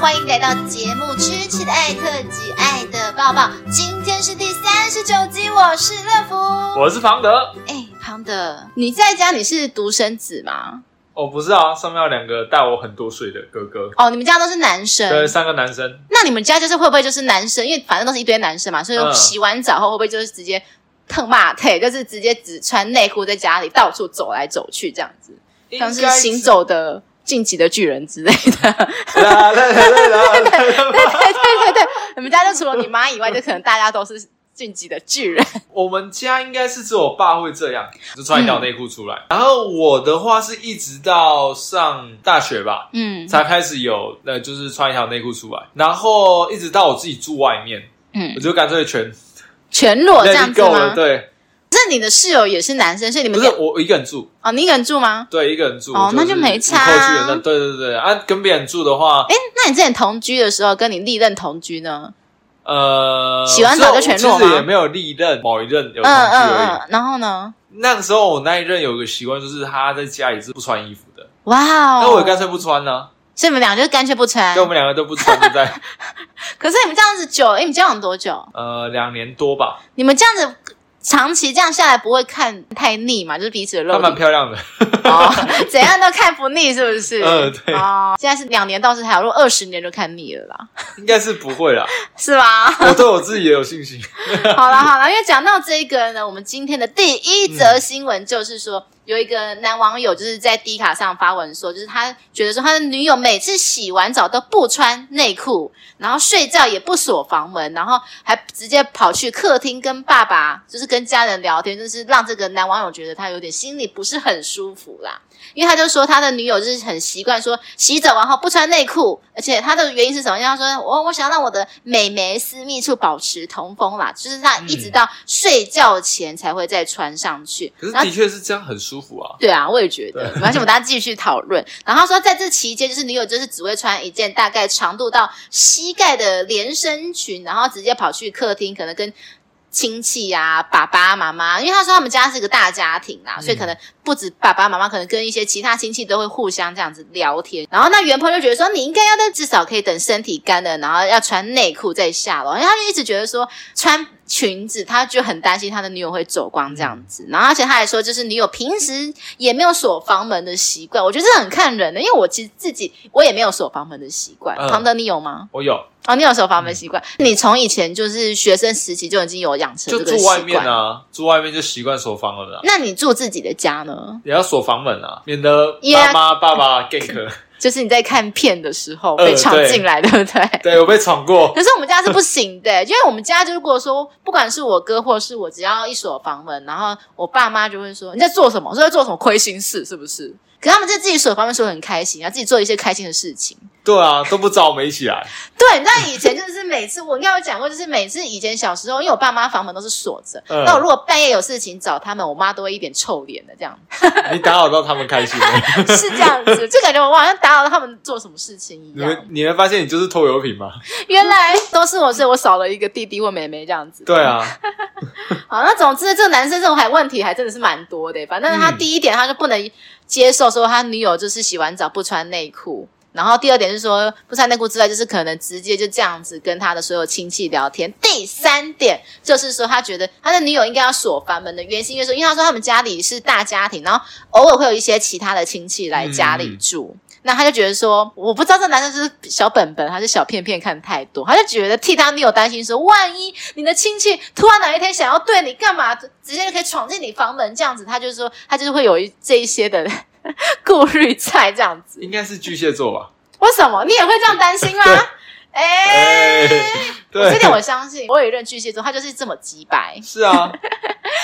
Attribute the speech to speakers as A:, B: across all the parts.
A: 欢迎来到节目《痴痴的爱特辑》爱的抱抱，今天是第三十九集，我是乐福。
B: 我是庞德。
A: 哎，庞德，你在家你是独生子吗？
B: 哦，不是啊，上面有两个大我很多岁的哥哥，
A: 哦，你们家都是男生，
B: 对，三个男生。
A: 那你们家就是会不会就是男生？因为反正都是一堆男生嘛，所以
B: 嗯
A: 洗完澡后会不会就是直接碰骂腿，就是直接只穿内裤在家里到处走来走去这样子，像是行 走的晋级的巨人之类的。
B: 应该是。啦啦啦啦啦啦
A: 对对对对，你们家就除了你妈以外，就可能大家都是晋级的巨人。
B: 我们家应该是只有我爸会这样，就穿一条内裤出来。
A: 嗯
B: 然后我的话是一直到上大学吧，
A: 嗯
B: 才开始有呃，就是穿一条内裤出来。然后一直到我自己住外面，我
A: 嗯，
B: 就干脆全
A: 全裸这
B: let
A: 样
B: it
A: 子
B: go
A: 吗
B: 了。？对，
A: 那你的室友也是男生，所以你
B: 不
A: 们
B: 是
A: 俩
B: 我一个人住，
A: 哦，你一个人住吗？
B: 对，一个人住，
A: 哦那
B: 就
A: 就是没
B: 无
A: 差
B: 后
A: 啊
B: 续的那对对对啊，跟别人住的话，
A: 哎，那你之前同居的时候，跟你历任同居呢？
B: 呃，
A: 洗完澡就全裸吗
B: 其实也没有历任，某一任有同居
A: 嗯嗯
B: 而已。
A: 嗯，然后呢？
B: 那个时候我那一任有个习惯，就是他在家里是不穿衣服的，
A: 哇哦！哎
B: 那我也干脆不穿呢、
A: 所以你们俩就干脆不穿
B: 所以。我们两个都不穿，就 在
A: 可是你们这样子久，哎，你们交往多久？
B: 呃两年多吧，
A: 你们这样子长期这样下来，不会看太腻嘛？就是彼此的
B: 她
A: 肉
B: 蛮
A: 体
B: 漂亮的。
A: 哦， 怎样都看不腻，是不 是？
B: 嗯对
A: 哦，现在是两年倒是还好，如果二十年就看腻了啦，
B: 应该是不会啦，
A: 是吧？
B: 我对我自己也有信心。
A: 好啦好啦，因为讲到这个呢，我们今天的第一则新闻就是说，有一个男网友就是在 D 卡上发文说，就是他觉得说他的女友每次洗完澡都不穿内裤，然后睡觉也不锁房门，然后还直接跑去客厅跟爸爸就是跟家人聊天，就是让这个男网友觉得他有点心里不是很舒服啦。因为他就说他的女友就是很习惯说洗澡完后不穿内裤，而且他的原因是什么？因为他说我我想要让我的美眉私密处保持通风啦，就是他一直到睡觉前才会再穿上去。
B: 嗯可是
A: 然后
B: 的确是这样很舒服啊。
A: 对啊，我也觉得，没关系，我们大家继续讨论。然后他说，在这期间，就是女友就是只会穿一件大概长度到膝盖的连身裙，然后直接跑去客厅，可能跟亲戚呀、爸爸妈妈，因为他说他们家是个大家庭啦，所以可能不止爸爸妈妈，可能跟一些其他亲戚都会互相这样子聊天。然后那袁鹏就觉得说，你应该要在至少可以等身体干了，然后要穿内裤再下楼，因为他就一直觉得说穿裙子，他就很担心他的女友会走光这样子。然后而且他还说，就是女友平时也没有锁房门的习惯，我觉得这很看人的，因为我其实自己我也没有锁房门的习惯。
B: 嗯
A: 庞德，你有吗？
B: 我有，
A: 哦，你有锁房门习惯，你从以前就是学生时期就已经有养成
B: 就
A: 这个
B: 住
A: 习
B: 外
A: 惯。
B: 面啊，住外面就习惯锁房门了啦，啊
A: 那你住自己的家呢？
B: 也要锁房门啊，免得
A: Yeah
B: 爸妈爸爸 gank。
A: 就是你在看片的时候
B: 呃
A: 被闯进来，对不对？
B: 对我被闯过，
A: 可是我们家是不行的，因为我们家就如果说，不管是我哥或是我，只要一锁房门，然后我爸妈就会说你在做什么？是在做什么亏心事？是不是？可他们在自己锁房门时候很开心，然后自己做一些开心的事情。
B: 对啊，都不找我们一起来。
A: 对，你知道以前就是每次我应该有讲过，就是每次以前小时候，因为我爸妈房门都是锁着，
B: 嗯
A: 那我如果半夜有事情找他们，我妈都会一脸臭脸的这样，
B: 你打扰到他们开心了。
A: 是这样子，就感觉我好像打扰到他们做什么事情一
B: 你
A: 样
B: 们。你们发现你就是拖油瓶 吗？
A: 原来都是我，所以我少了一个弟弟或妹妹这样子。
B: 对啊，
A: 好，那总之这个男生这种还问题还真的是蛮多的。欸反正他
B: 嗯
A: 第一点他就不能接受说他女友就是洗完澡不穿内裤，然后第二点是说不穿内裤之外，就是可能直接就这样子跟他的所有亲戚聊天。第三点就是说他觉得他的女友应该要锁房门的原因是因为说，因为他说他们家里是大家庭，然后偶尔会有一些其他的亲戚来家里
B: 嗯
A: 住。那他就觉得说，我不知道这男生是不是小本本还是小片片看太多，他就觉得替他女友担心说，万一你的亲戚突然哪一天想要对你干嘛，直接就可以闯进你房门这样子，他就说他就是会有一这一些的 顾虑在这样子。
B: 应该是巨蟹座吧？
A: 为什么你也会这样担心吗？哎、
B: 哎、
A: 我这
B: 对，
A: 点我相信。我有一任巨蟹座，他就是这么直白，
B: 是啊，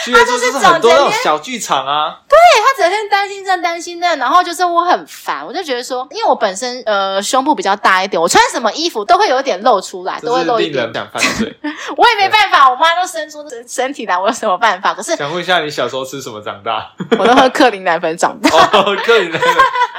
B: 巨蟹座就是很多那
A: 他就是整
B: 种
A: 天
B: 小剧场啊，
A: 他整天担心这担心那，然后就是我很烦，我就觉得说，因为我本身呃胸部比较大一点，我穿什么衣服都会有一点露出来，都
B: 真
A: 会露
B: 是
A: 一
B: 令
A: 点
B: 人想犯 罪。
A: 我也没办法，我妈都伸出身身体来，我有什么办法？可是
B: 想问一下，你小时候吃什么长 大？
A: 我都喝克林奶粉长大，
B: 哦，克里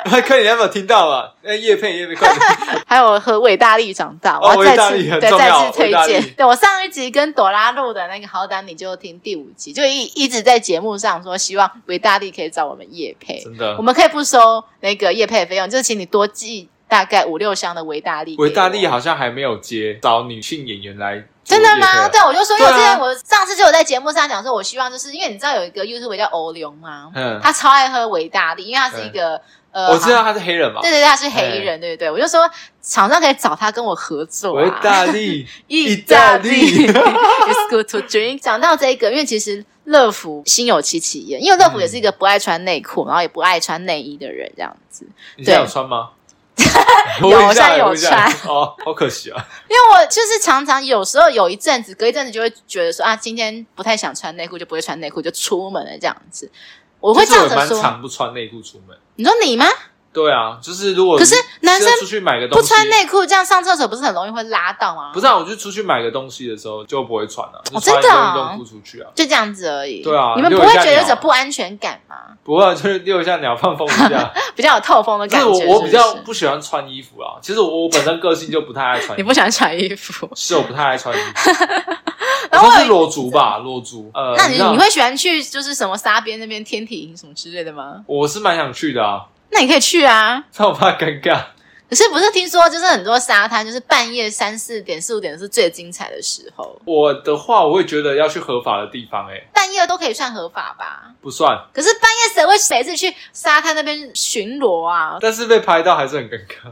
B: 那克里有没有听到啊？哎，叶佩叶 佩，快点！
A: 还有喝伟大力长大。
B: 哦
A: 我要
B: 伟大
A: 再次
B: 力很
A: 对
B: 重
A: 再
B: 要
A: 次推
B: 伟大力
A: 荐。对我上一集跟朵拉录的那个好歹你就听第五集，就一一直在节目上说，希望伟大力可以找我们叶配，
B: 真的
A: 我，们可以不收那个叶配费用，就是请你多寄。大概五六箱的维大利。
B: 维大利。好像还没有接找女性演员来做
A: 真
B: 业配啊，
A: 的吗？对，我就说，因为我之
B: 对啊
A: 前我上次就有在节目上讲说，我希望就是因为你知道有一个 YouTube 叫欧流吗？
B: 嗯，
A: 他超爱喝维大利，因为他是一个呃，
B: 我知道他是黑人嘛
A: 好像，，对对对，他是黑人，对对对，我就说厂商可以找他跟我合作
B: 维
A: 啊。
B: 大利，
A: 意
B: 大
A: 大
B: 利
A: 利 ，It's good to drink。讲到这个，因为其实乐福心有戚戚焉，因为乐福也是一个不爱穿内裤，然后也不爱穿内衣的人，这样子。
B: 你现在有穿吗？
A: 有
B: 问一下
A: 我现在有
B: 问一下哦，好可惜啊！
A: 因为我就是常常有时候有一阵子，隔一阵子就会觉得说啊，今天不太想穿内裤，就不会穿内裤，就出门了这样子。我会
B: 其实
A: 照
B: 我也
A: 着
B: 蛮
A: 说，
B: 常不穿内裤出门。
A: 你说你吗？
B: 对啊，就是如果
A: 可是男生
B: 要出去买个东
A: 不
B: 西，
A: 穿内裤这样上厕所不是很容易会拉到吗？
B: 不是啊，我就出去买个东西的时候就不会穿了、就
A: 哦
B: 穿一
A: 真的
B: 个运
A: 啊
B: 动裤出去啊。
A: 就这样子而已。
B: 对啊
A: 你们不
B: 遛
A: 会
B: 一下
A: 觉得有
B: 鸟啊
A: 种不安全感吗？
B: 不过就是遛一下鸟，放风 一下。
A: 比较有透风的
B: 就
A: 感
B: 是
A: 觉是
B: 我我
A: 不
B: 比较
A: 是
B: 不喜欢穿衣服啊。其实我我本身个性就不太爱穿
A: 你
B: 衣服，
A: 不喜欢穿衣服，
B: 是我不太爱穿衣 服。
A: 然后
B: 我
A: 我
B: 算
A: 有
B: 是
A: 一
B: 裸足吧，裸足。呃，
A: 那你
B: 知道
A: 你会喜欢去就是什么沙边那边天体营什么之类的吗？
B: 我是蛮想去的啊，
A: 那你可以去啊。
B: 但我怕尴尬。
A: 可是不是听说就是很多沙滩就是半夜三四点四五点是最精彩的时候，
B: 我的话，我会觉得要去合法的地方、欸，哎，
A: 半夜都可以算合法吧？
B: 不算，
A: 可是半夜谁会谁是去沙滩那边巡逻啊？
B: 但是被拍到还是很尴尬。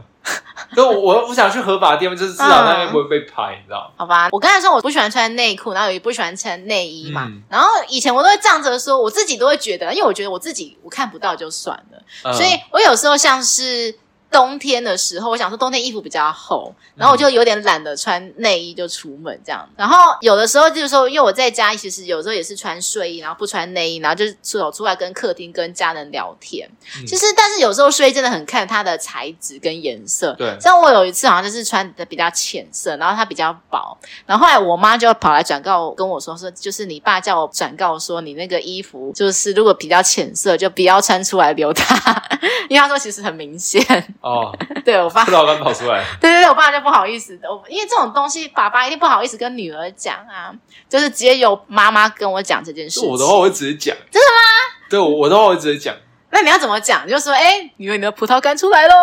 B: 但我我我想去合法的地方，就是至少那
A: 嗯
B: 边不会被拍，你知道吗？
A: 好吧，我刚才说我不喜欢穿内裤，然后也不喜欢穿内衣嘛。
B: 嗯
A: 然后以前我都会仗着说，我自己都会觉得，因为我觉得我自己我看不到就算了。
B: 嗯
A: 所以我有时候像是冬天的时候，我想说冬天衣服比较厚，
B: 嗯
A: 然后我就有点懒得穿内衣就出门这样。然后有的时候就是说，因为我在家其实有时候也是穿睡衣，然后不穿内衣，然后就是走出来跟客厅跟家人聊天。
B: 嗯
A: 其实但是有时候睡衣真的很看它的材质跟颜色。
B: 对
A: 像我有一次好像就是穿的比较浅色，然后它比较薄，然后后来我妈就跑来转告跟我说说，就是你爸叫我转告说你那个衣服就是如果比较浅色就不要穿出来留它，因为他说其实很明 显。
B: 哦，
A: 对我爸，
B: 不
A: 对
B: 老板跑出来，
A: 对对，我爸就不好意思，我因为这种东西爸爸一定不好意思跟女儿讲啊，就是直接由妈妈跟我讲这件事情。
B: 我的话我会直接讲，真的吗？对，我我的话我会直 接讲，
A: 那你要怎么讲？你就说哎，女儿你的葡萄干出来 喽，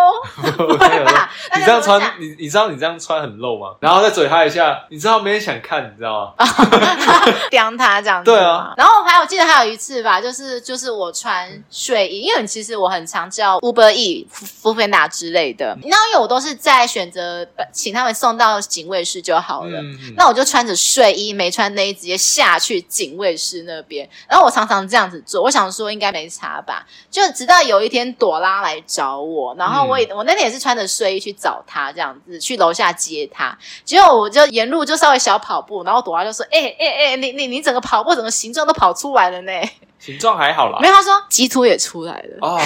B: 不
A: 不会吧？ 啊那
B: 你
A: 要
B: 这样
A: 怎么讲
B: 穿，你你知道你这样穿很露吗？然后再嘴他一下，你知道没人想看，你知道吗？
A: 刁他这样子。
B: 对啊，
A: 然后还有记得还有一次吧，就是就是我穿睡衣，因为其实我很常叫 Uber E、f o o p a n d a 之类的，那因为我都是在选择请他们送到警卫室就好了。
B: 嗯，
A: 那我就穿着睡衣，没穿内衣，直接下去警卫室那边。然后我常常这样子做，我想说应该没差吧。就直到有一天朵拉来找我，然后我也、我那天也是穿着睡衣去找她，这样子去楼下接她。结果我就沿路就稍微小跑步，然后朵拉就说：“哎哎哎，你你你整个跑步整个形状都跑出来了呢。
B: 形状还好啦
A: 没。有，她说鸡突也出来了。
B: 哦，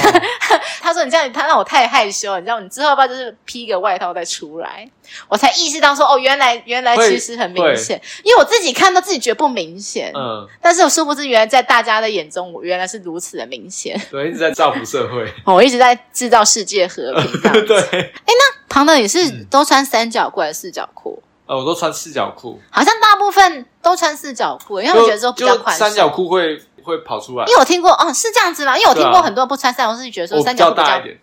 A: 他说：“你这样，他让我太害羞了，你知道，你之后要不要就是披个外套再出来？”我才意识到说：“哦，原来原来
B: 会
A: 其实很明显，因为我自己看到自己觉得不明显，
B: 嗯，
A: 但是我殊不知原来在大家的眼中，我原来是如此的明显。 哦
B: 对，一直在造福社会，
A: 我一直在制造世界和平。这样子，
B: 对，
A: 庞德也是
B: 嗯
A: 都穿三角裤还是四角裤？
B: 呃，我都穿四角裤，
A: 好像大部分都穿四角裤，因为他们觉得说比较
B: 就
A: 宽
B: 三角
A: 松。”
B: 裤会会跑出来
A: 因，为我听过哦，是这样子吗？因为我听
B: 对
A: 过
B: 啊哦
A: 很多人不穿三角裤，是觉得说
B: 我
A: 三角裤比较
B: 大一，点，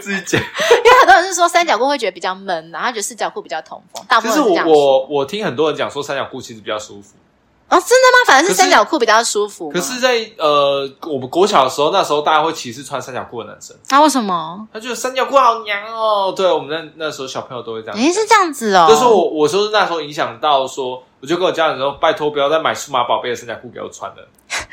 B: 自己讲。
A: 因为很多人是说三角裤会觉得比较闷，啊然后他觉得四角裤比较通风。大部
B: 其
A: 分人
B: 实
A: 是这
B: 我
A: 样说
B: 我我听很多人讲说三角裤其实比较舒服，
A: 哦，真的吗？反而
B: 可
A: 是
B: 是
A: 三角裤比较舒服吗。
B: 可是在，呃我们国小的时候，那时候大家会歧视穿三角裤的男生，
A: 那、啊、为什么？
B: 他觉得三角裤好娘哦。对，我们那那时候小朋友都会这样
A: 诶、
B: 讲。
A: 啊是这样子哦。
B: 就是我，我说是那时候影响到说，我就跟我家人说，拜托不要再买数码宝贝的三角裤给我穿 了，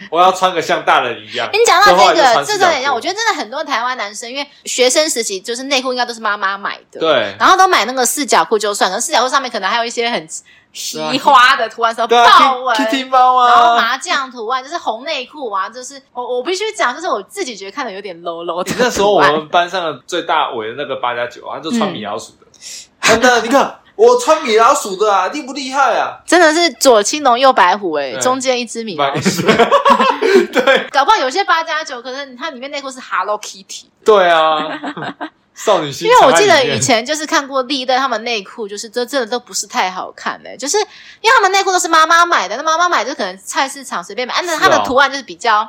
B: 我要穿个像大人一样。
A: 诶。你讲到
B: 所以后
A: 这
B: 来就
A: 个，
B: 穿
A: 这
B: 四
A: 个
B: 角
A: 很像，
B: 裤
A: 我觉得真的很多台湾男生，因为学生时期就是内裤应该都是妈妈买的，，
B: 对
A: 然后都买那个四角裤就算，可是四角裤上面可能还有一些很
B: 啊
A: 奇花的图案，什么
B: 对啊
A: 豹纹、
B: ，Kitty 猫
A: 欸然后
B: 啊，
A: 麻将图案，就是红内裤啊，就是我我必须讲，就是我自己觉得看的有点 low low 的
B: 你
A: 图案。
B: 那时候我们班上的最大尾的那个八加九啊，他就穿
A: 嗯
B: 米老鼠的，真的，你看我穿米老鼠的啊，厉不厉害啊？
A: 真的是左青龙右白虎哎、
B: 对
A: 中间一只米老
B: 买
A: 鼠，
B: 对
A: 搞不好有些八加九，可能它里面内裤是 Hello Kitty。
B: 对啊，少女心
A: 因为我
B: 藏在
A: 记
B: 里
A: 得
B: 面
A: 以前就是看过历代他们内裤，就是这真的都不是太好看的、就是因为他们内裤都是妈妈买的，那妈妈买就可能菜市场随便买，按照它
B: 是
A: 的
B: 哦
A: 图案就是比较、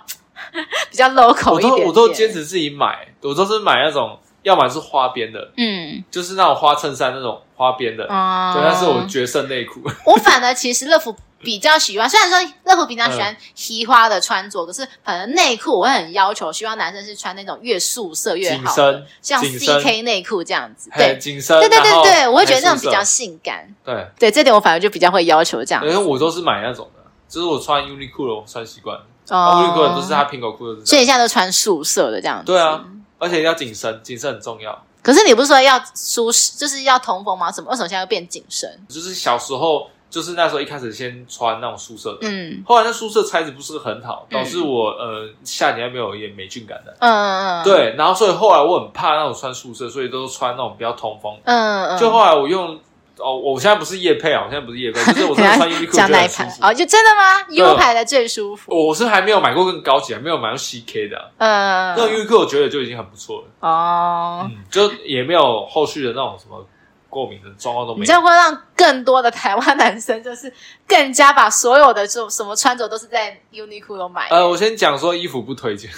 A: 比较 local
B: 我
A: 一点
B: 都
A: 点
B: 我都坚持自己买，我都是买那种要么是花边的，
A: 嗯
B: 就是那种花衬衫那种花边的，
A: 啊，
B: 对，但是我决胜内裤，
A: 我反而其实乐福比较喜欢，虽然说乐福平常喜
B: 嗯
A: 欢嘻花的穿着，可是反正内裤我会很要求，希望男生是穿那种越素色越
B: 紧
A: 好的，
B: 身，
A: 像
B: 紧身
A: CK 内裤这样子。
B: 嘿
A: 对，
B: 紧身，
A: 对对
B: 然后
A: 对对，我会觉得
B: 黑
A: 那种
B: 素
A: 比较
B: 色
A: 性感。
B: 对，
A: 对，这点我反而就比较会要求这样
B: 因。为我都是买那种的，就是我穿 Uniqlo 的我穿习惯了，Uniqlo 哦都是它，苹果裤都是这
A: 哦所以
B: 样，
A: 你现在都穿素色的这样子。
B: 对啊。而且要紧身，紧身很重要。
A: 可是你不是说要舒适，就是要同风吗？怎么为什么现在又变紧身？
B: 就是小时候，就是那时候一开始先穿那种宿舍的，
A: 嗯
B: 后来那宿舍材质不是很好，
A: 嗯
B: 导致我呃夏天没有也霉菌感染。
A: 嗯嗯，嗯，
B: 对，然后所以后来我很怕那种穿宿舍，所以都穿那种比较通风。
A: 嗯嗯，
B: 就后来我用哦，我现在不是夜配啊，我现在不是夜配，就是我真 的穿 Uniqlo
A: 讲
B: 觉得
A: 哪一
B: 很舒
A: 排？
B: 服。
A: 哦，就真的吗
B: 啊
A: ？U 牌的最舒服。
B: 我是还没有买过更高级，还没有买过 CK 的啊、
A: 嗯，
B: 那 Uniqlo 我觉得就已经很不错了。
A: 哦，
B: 嗯，就也没有后续的那种什么过敏的状况都
A: 你
B: 没
A: 这
B: 有。
A: 样会让更多的台湾男生就是更加把所有的这种什么穿着都是在 Uniqlo 买。
B: 呃，我先讲说衣服不推荐，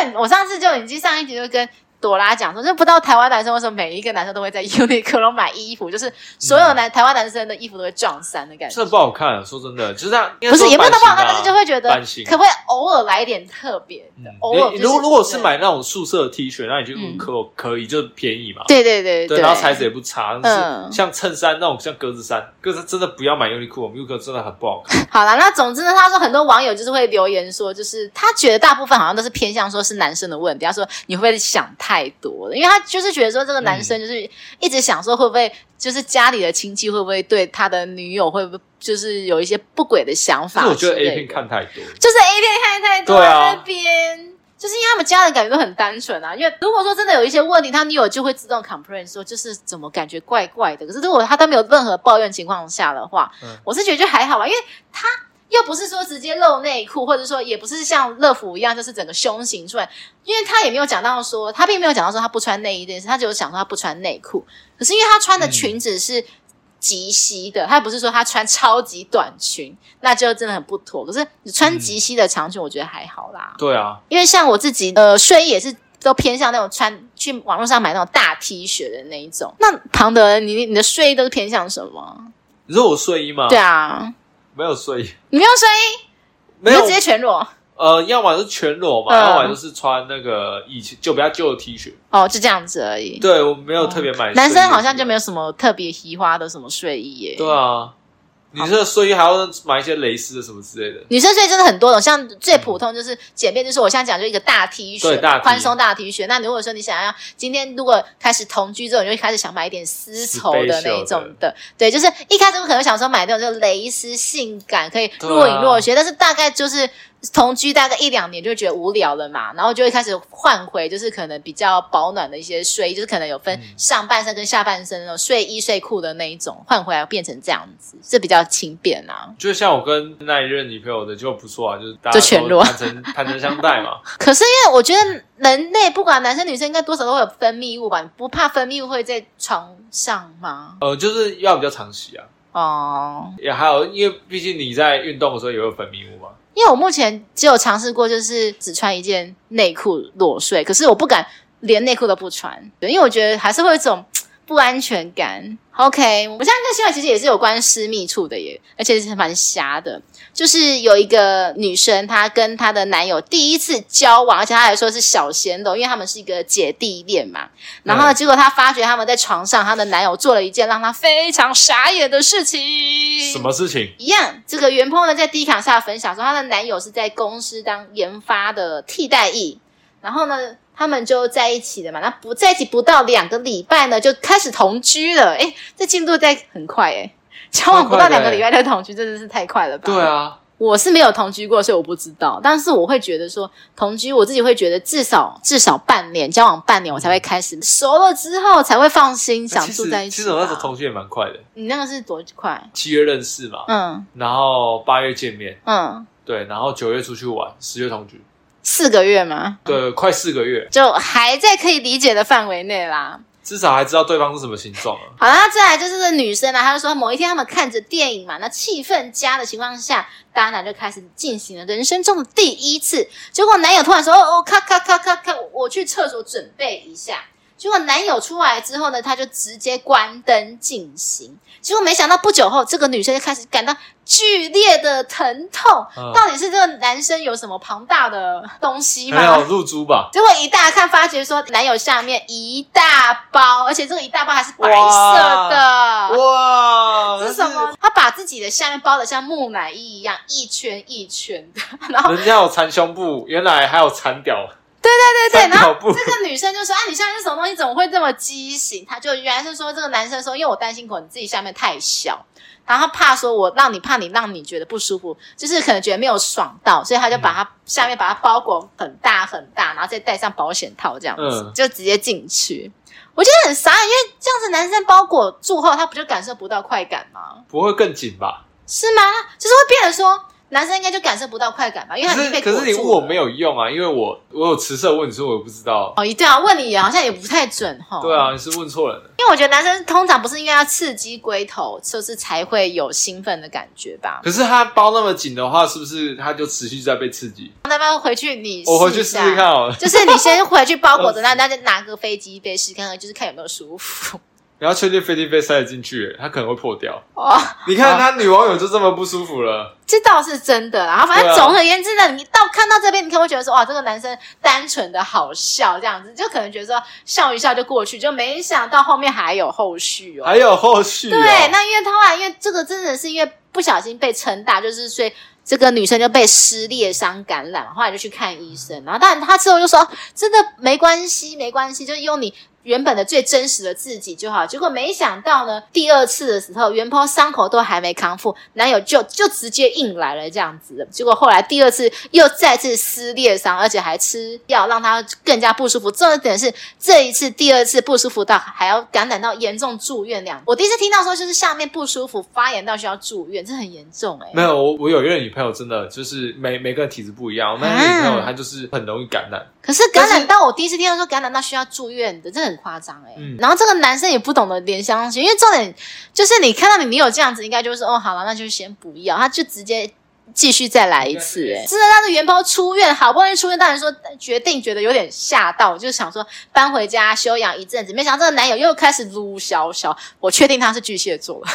A: 因为我上次就已经上一集就跟朵拉讲说，就不知道台湾男生为什么每一个男生都会在 Uniqlo 买衣服，就是所有男、台湾男生的衣服都会撞衫的感觉
B: 真。的不好看。啊说真的，就是这样，应该
A: 不是
B: 说
A: 也不能
B: 版
A: 不
B: 型
A: 好看，
B: 啊
A: 但是就会觉得
B: 版型
A: 可不可以偶尔来一点特别的？
B: 嗯
A: 偶尔
B: 你
A: 就是
B: 如果如果是
A: 对
B: 买那种宿舍的 T 恤，那你去
A: 嗯
B: Uniqlo 可以，就便宜嘛。
A: 对对对
B: 对，然后材质也不差，但
A: 嗯
B: 是像衬衫那种，像格子衫，格子衫真的不要买 Uniqlo，Uniqlo 真的很不好看。
A: 好了，那总之呢，他说很多网友就是会留言说，就是他觉得大部分好像都是偏向说是男生的问题，他说你会不会想太多了？因为他就是觉得说这个男生就是一直想说会不会就是家里的亲戚会不会对他的女友会不会就是有一些不轨的想
B: 就
A: 法
B: 是
A: 之
B: 我
A: 类的？
B: 觉得 A 片看太多，
A: 就是 A 片看太多
B: 对
A: 在
B: 啊
A: 那边。就是因为他们家人感觉都很单纯啊，因为如果说真的有一些问题，他女友就会自动 complain 说，就是怎么感觉怪怪的。可是如果他都没有任何抱怨情况下的话，
B: 嗯
A: 我是觉得就还好啊吧，因为他又不是说直接露内裤，或者说也不是像乐福一样，就是整个胸型出来，因为他也没有讲到说，他并没有讲到说他不穿内衣这件事，他只有讲说他不穿内裤。可是因为他
B: 嗯
A: 穿的裙子是及膝的，他不是说他穿超级短裙，那就真的很不妥。可是你
B: 嗯
A: 穿及膝的长裙，我觉得还好啦，
B: 对啊，
A: 因为像我自己，呃，睡衣也是都偏向那种穿去网络上买那种大 T 恤的那一种。那庞德，你你的睡衣都是偏向什么？
B: 你说我睡衣吗？
A: 对，啊，
B: 没有睡衣，
A: 你没有睡衣，
B: 没
A: 你
B: 有
A: 就直接全裸
B: 呃，要么是全裸嘛，
A: 嗯
B: 要么就是穿那个以前就比较旧的 T 恤。
A: 哦，就这样子而已。
B: 对我没有特别买，
A: 男生好像就没
B: 有。
A: 有什么特别奇花的什么睡衣耶。
B: 对啊，你这个睡衣还要买一些蕾丝的什么之类的。
A: 女生睡衣真的很多种，像最普通就是简便，就是我现在讲就一个大 T
B: 对
A: 恤
B: 大，T
A: 宽松大 T 恤。那你如果说你想要今天如果开始同居之后，你就开始想买一点丝绸的那一种的，对，就是一开始我可能会想说买那种就蕾丝性感，可以
B: 对啊
A: 若隐若现，但是大概就是。同居大概一两年就觉得无聊了嘛，然后就会开始换回就是可能比较保暖的一些睡衣，就是可能有分
B: 嗯
A: 上半身跟下半身的那种睡衣睡裤的那一种，换回来变成这样子，这比较轻便啊。
B: 就像我跟那一任女朋友的就不错啊，就是大
A: 就
B: 家
A: 全裸
B: 坦 诚坦诚相待嘛。
A: 可是因为我觉得人类不管男生女生，应该多少都会有分泌物吧？你不怕分泌物会在床上吗？
B: 呃，就是要比较常洗啊，
A: 哦，
B: 也还有，因为毕竟你在运动的时候也会有分泌物嘛。
A: 因为我目前只有尝试过，就是只穿一件内裤裸睡，可是我不敢连内裤都不穿，对因为我觉得还是会有一种不安全感。OK，我现在跟新闻其实也是有关私密处的耶，而且是蛮瞎的。就是有一个女生，她跟她的男友第一次交往，而且她还说是小鲜肉，因为他们是一个姐弟恋嘛。然后呢，
B: 嗯
A: 结果她发觉他们在床上，她的男友做了一件让她非常傻眼的事情。
B: 什么事情？
A: 一样，这个袁鹏呢在 D 卡上分享说，她的男友是在公司当研发的替代役，然后呢，他们就在一起了嘛。那不在一起不到两个礼拜呢，就开始同居了。哎，这进度在很快哎、交往不到两个礼拜就同居，真的是太快了吧？
B: 对，啊，
A: 我是没有同居过，所以我不知道。但是我会觉得说，同居我自己会觉得至少至少半年，交往半年我才会开始熟了之后才会放心想
B: 其
A: 住
B: 实
A: 在一起啊
B: 其
A: 吧。
B: 实我那时候同居也蛮快的，
A: 你那个是多快？
B: 七月认识嘛，
A: 嗯
B: 然后八月见面，
A: 嗯，
B: 对，然后九月出去玩，十月同居，
A: 四个月吗？
B: 对，快四个月，
A: 就还在可以理解的范围内啦。
B: 至少还知道对方是什么形状啊。
A: 好啦，那再来就是这女生呢，她就说某一天他们看着电影嘛，那气氛佳的情况下，当然就开始进行了人生中的第一次。结果男友突然说：“哦哦，咔咔咔咔咔，我去厕所准备一下。”结果男友出来之后呢，她就直接关灯进行。结果没想到不久后，这个女生就开始感到剧烈的疼痛。
B: 嗯
A: 到底是这个男生有什么庞大的东西
B: 还有
A: 吗？
B: 入珠吧，
A: 结果一大看，发觉说男友下面一大包，而且这个一大包还是白色的。
B: 哇，
A: 啊这是什么？他把自己的下面包的像木乃伊一样，一圈一圈的，然后
B: 人家有缠胸部，原来还有缠屌，
A: 对对
B: 缠
A: 对，然后
B: 屌部
A: 这个女生就说：“啊，你下面是什么东西？怎么会这么畸形？”她就原来是说这个男生说，因为我担心过你自己下面太小，然后她怕说我让你怕你让你觉得不舒服，就是可能觉得没有爽到，所以她就把
B: 嗯
A: 它下面把它包裹很大很大，然后再戴上保险套这样子
B: 嗯，
A: 就直接进去。我觉得很傻眼，因为这样子男生包裹住后，他不就感受不到快感吗？
B: 不会更紧吧？
A: 是吗？就是会变得说男生应该就感受不到快感吧，因为
B: 可
A: 他已
B: 是
A: 经被
B: 可是
A: 裹
B: 你
A: 住
B: 问我
A: 了
B: 没有用啊，因为我我有迟射问题，所以我不知道。
A: 哦，一定要问你好像也不太准哈。
B: 对啊，你是问错人了。
A: 因为我觉得男生通常不是应该要刺激龟头，就是才会有兴奋的感觉吧？
B: 可是他包那么紧的话，是不是他就持续在被刺激？
A: 那要回去你
B: 我回去
A: 一
B: 试
A: 下
B: 试看，好了。
A: 就是你先回去包裹着，那大家拿个飞机杯试看看，就是看有没有舒服
B: 你要确定飞机被塞得进去，他可能会破掉。
A: 哦。
B: 你看他女网友就这么不舒服了，
A: 这倒是真的啦，然后反
B: 对
A: 正
B: 啊
A: 总而言之呢，你到看到这边，你可能会觉得说，哦哇，这个男生单纯的好笑这样子，就可能觉得说笑一笑就过去，就没想到后面还有后续哦。
B: 还有后续、哦。
A: 对，那因为后来因为这个真的是因为不小心被撑大，就是所以这个女生就被撕裂伤感染，后来就去看医生，然后但她之后就说真的没关系，没关系，就是用你。原本的最真实的自己就好，结果没想到呢，第二次的时候，原坡伤口都还没康复，男友就就直接硬来了这样子。结果后来第二次又再次撕裂伤，而且还吃药让他更加不舒服。重点是这一次第二次不舒服到还要感染到严重住院两。我第一次听到说就是下面不舒服发炎到需要住院，这很严重哎、
B: 没有，我我有一个女朋友，真的就是每每个人体质不一
A: 嗯
B: 样。我那个女朋友她就是很容易感染，
A: 可是感
B: 但
A: 染
B: 是
A: 到我第一次听到说感染到需要住院的，这很夸张哎。
B: 嗯
A: 然后这个男生也不懂得怜香惜，因为重点就是你看到你女友这样子，应该就是说哦好了，那就先不要，他就直接。继续再来一次、
B: 应该是
A: 哎，真的让这原包出院，好不容易出院，当然说决定觉得有点吓到，就想说搬回家休养一阵子，没想到这个男友又开始撸小小，我确定他是巨蟹座了。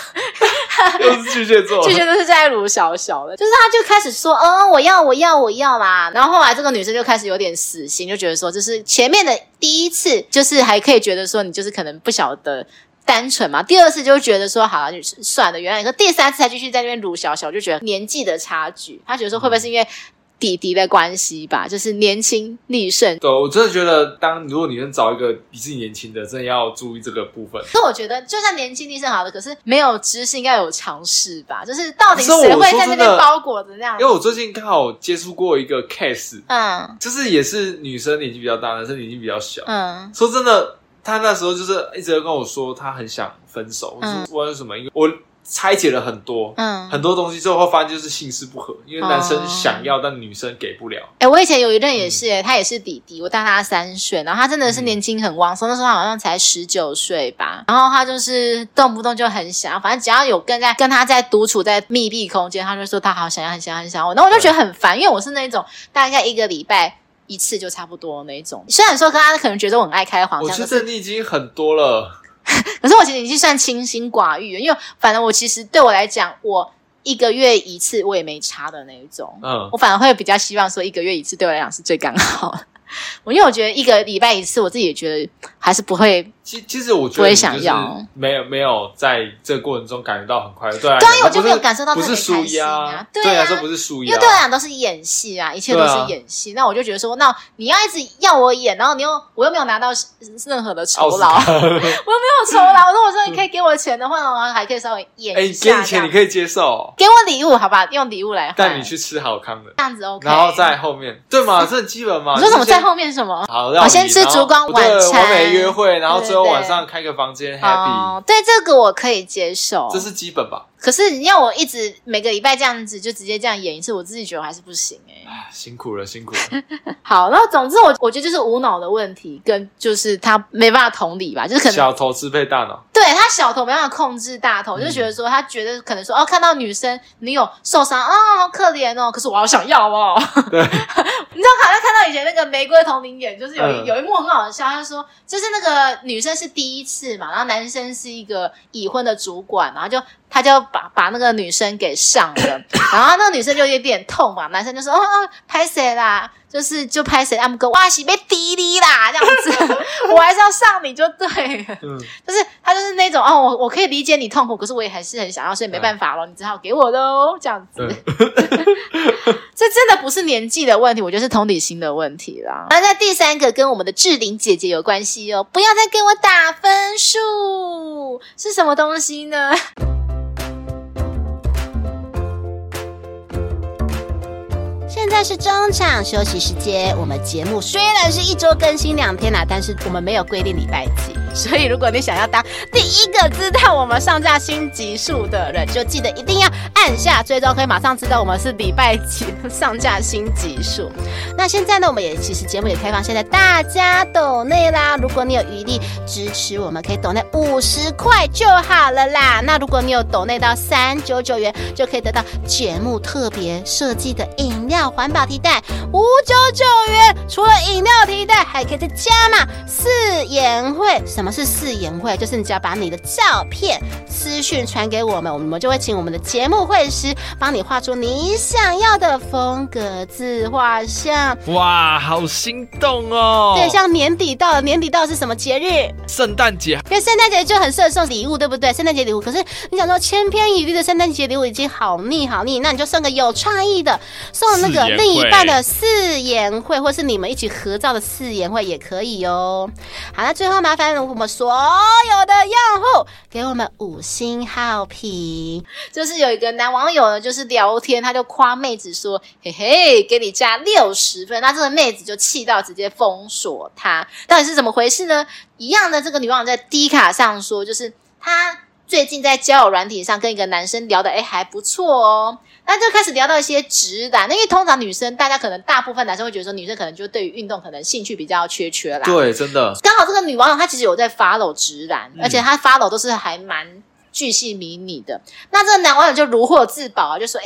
B: 又是巨蟹 座，
A: 巨蟹座是在鲁小小的，就是他就开始说，嗯，我要，我要，我要啦。然后后来这个女生就开始有点死心，就觉得说，就是前面的第一次，就是还可以觉得说你就是可能不晓得。单纯嘛，第二次就觉得说好了，就算了，原来可第三次才继续在那边鲁小小，就觉得年纪的差距，他觉得说会不会是因为弟弟的关系吧，就是年轻力盛，
B: 对，我真的觉得当如果你能找一个比自己年轻的，真的要注意这个部分。
A: 所以我觉得就算年轻力盛好的，可是没有知识应该有尝试吧，就是到底
B: 可是我
A: 谁会在
B: 说
A: 那边
B: 真的
A: 包裹着那样
B: 因为？我最近刚好接触过一个 case，
A: 嗯
B: 就是也是女生年纪比较大，男生年纪比较小。
A: 嗯。
B: 说真的，她那时候就是一直在跟我说她很想分手，我
A: 嗯
B: 说为什么？因为我拆解了很多，
A: 嗯，
B: 很多东西最后发现就是性事不合，因为男
A: 哦
B: 生想要，但女生给不了。
A: 哎、我以前有一任
B: 嗯
A: 也是、欸，他也是弟弟，我大他三岁，然后他真的是年轻很旺盛，那时候他好像才十九岁吧，然后他就是动不动就很想，反正只要有跟在跟他在独处在密闭空间，他就说他好想要，很想要，很想要我，然后我就觉得很烦，因为我是那种大概一个礼拜。一次就差不多那一种，虽然说跟他可能哦觉得我很爱开黄
B: 我
A: 腔，
B: 觉
A: 可
B: 得
A: 是
B: 你已经很多了，
A: 可是我其实已经算清心寡欲了，因为反正我其实对我来讲，我一个月一次我也没差的那一种。
B: 嗯
A: 我，反而会比较希望说一个月一次对我来讲是最刚好的。我因为我觉得一个礼拜一次，我自己也觉得还是不会。
B: 其其实我觉
A: 我也
B: 得你就是
A: 想要
B: 没有没有在这个过程中感觉到很快乐，对啊，
A: 对啊，因为我
B: 不
A: 就是没有感受到
B: 不
A: 特别
B: 是
A: 开
B: 输
A: 心
B: 压，
A: 对
B: 啊，
A: 啊，
B: 这不是输
A: 因
B: 压
A: 为对，我来讲都是演戏啊，一切都
B: 对
A: 是
B: 啊
A: 演戏。那我就觉得说，那你要一直要我演，然后你又我又没有拿到任何的酬
B: 奥斯
A: 劳，
B: 卡
A: 我又没有酬劳。如果说你可以给我钱的话，我还可以稍微演
B: 哎，
A: 一
B: 给
A: 下
B: 你
A: 这
B: 钱
A: 样
B: 你。可以接受，
A: 给我礼物，好吧，用礼物来
B: 带你
A: 换，
B: 去吃好康的，
A: 这样子 OK。
B: 然后在后面，对嘛，这很基本嘛。
A: 你说什么
B: 就是
A: 在后面是什么？
B: 好，让
A: 哦
B: 我
A: 先
B: 理
A: 吃
B: 然后
A: 烛光
B: 对
A: 晚餐
B: 完美约会，然后
A: 对
B: 最后
A: 对
B: 晚上开个房间 happy，
A: 哦，对这个我可以接受，
B: 这是基本吧？
A: 可是你要我一直每个礼拜这样子就直接这样演一次，我自己觉得我还是不行哎、
B: 啊辛苦了，辛苦了。
A: 好，然后总之我我觉得就是无脑的问题，跟就是他没办法同理吧， 就是可能
B: 小头支配大脑，
A: 对他小头没办法控制大
B: 嗯
A: 头，就觉得说他觉得可能说哦看到女生女友受伤啊、好可怜哦，可是我好想要哦，
B: 对，
A: 你知道，好像看到以前那个《玫瑰同龄演》，就是有一、
B: 嗯
A: 有一幕很好笑，他说就是那个女生是第一次嘛，然后男生是一个已婚的主管，然后就他就把把那个女生给上 了，然后那个女生就有点痛嘛，男生就说哦哦拍谁啦，就是就拍谁，他们跟哇洗被滴滴啦这样 子，我还是要上你就对了。
B: 嗯，
A: 就是他就是那种哦，我我可以理解你痛苦，可是我也还是很想要，所以没办法咯，你只好给我喽，这样子。 这真的不是年纪的问题，我觉得是同理心的问题啦。那在第三个跟我们的志玲姐姐有关系哦，不要再给我打分数，是什么东西呢？
C: 现在是中场休息时间，我们节目虽然是一周更新两天啦，但是我们没有规定礼拜几，所以如果你想要当第一个知道我们上架新集数的人，就记得一定要按下追踪，可以马上知道我们是礼拜几上架新集数。那现在呢，我们也其实节目也开放，现在大家抖内啦。如果你有余力支持我们，可以抖内五十块就好了啦。那如果你有抖内到三九九元，就可以得到节目特别设计的饮料环保提袋五九九元。除了饮料提袋，还可以再加嘛四言会。什么是四言会？就是你只要把你的照片私讯传给我们，我们就会请我们的节目绘师帮你画出你想要的风格自画像。
D: 哇，好心动哦！
C: 对，像年底到了，年底到是什么节日？因
D: 圣诞节
C: 为圣诞节就很适合送礼物，对不对？圣诞节礼物，可是你想说千篇一律的圣诞节礼物已经好腻好腻，那你就送个有创意的，送那个
D: 四言会
C: 另一半的四言会，或是你们一起合照的四言会也可以哦。好，那最后麻烦我们所有的用户给我们五星好评。
A: 就是有一个男网友呢，就是聊天，他就夸妹子说：“嘿嘿，给你加六十分。”那这个妹子就气到直接封锁他，到底是怎么回事呢？一样的，这个女网友在 D 卡上说，就是她最近在交友软体上跟一个男生聊的，哎，还不错哦。那就开始聊到一些直男，那因为通常女生，大家可能大部分男生会觉得说，女生可能就对于运动可能兴趣比较缺缺啦。
B: 对，真的，嗯
A: 刚好这个女网友她其实有在 follow 直男，而且她 follow 都是还蛮。巨细靡遗的，那这个男网友就如获至宝啊，就说：“哎、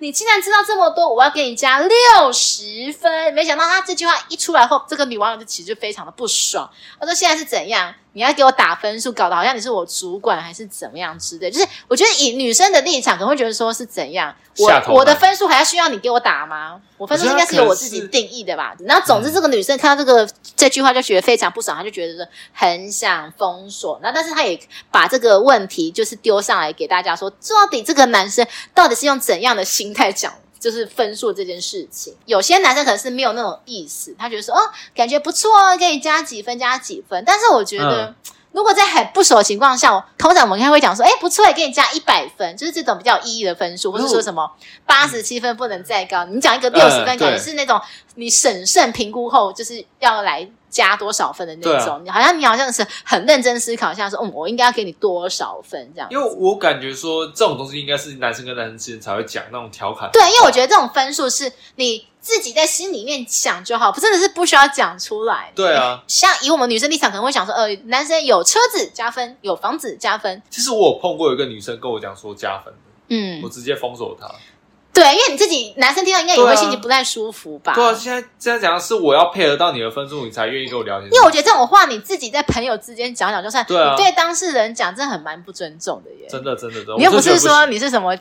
A: 你竟然知道这么多，我要给你加六十分。”没想到他这句话一出来后，这个女网友就其实就非常的不爽，她说：“现在是怎样？你要给我打分数，搞得好像你是我主管还是怎么样之类。”就是我觉得以女生的立场，可能会觉得说是怎样，
B: 下
A: 我
B: 头来
A: 我的分数还要需要你给我打吗？我分数应该是由我自己定义的吧。然后总之，这个女生看到这个这句话就觉得非常不爽，她就觉得很想封锁。那但是她也把这个问题就是丢上来给大家说，到底这个男生到底是用怎样的心态讲？就是分数这件事情，有些男生可能是没有那种意思，他觉得说哦，感觉不错哦，可以加几分加几分。但是我觉得，
B: 嗯
A: 如果在很不熟的情况下，我通常我们应该会讲说，哎，不错，给你加一百分，就是这种比较有意义的分数，不是说什么八十七分不能再高。你讲一个六十分，感
B: 嗯
A: 觉
B: 对
A: 是那种你审慎评估后，就是要来加多少分的
B: 对
A: 那
B: 啊
A: 种。你好像你好像是很认真思考一下，说，嗯，我应该要给你多少分这样。
B: 因为我感觉说这种东西应该是男生跟男生之间才会讲那种调侃。
A: 对，因为我觉得这种分数是你自己在心里面想就好，真的是不需要讲出来。
B: 对啊，
A: 像以我们女生立场，可能会想说，呃，男生有车子加分，有房子加分，
B: 其实我有碰过一个女生跟我讲说加分的，
A: 嗯
B: 我，直接封锁她。
A: 对，因为你自己男生听到应该也
B: 对
A: 会
B: 啊
A: 心情不太舒服吧？
B: 对啊，现在现在讲的是我要配合到你的分数，你才愿意跟我聊天。
A: 因为我觉得这种话你自己在朋友之间讲讲，就算你
B: 对啊
A: 对当事人讲，真的很蛮不尊重的耶。
B: 真的真的真的，
A: 你又不
B: 我
A: 是
B: 真的觉得
A: 说
B: 行
A: 你是什么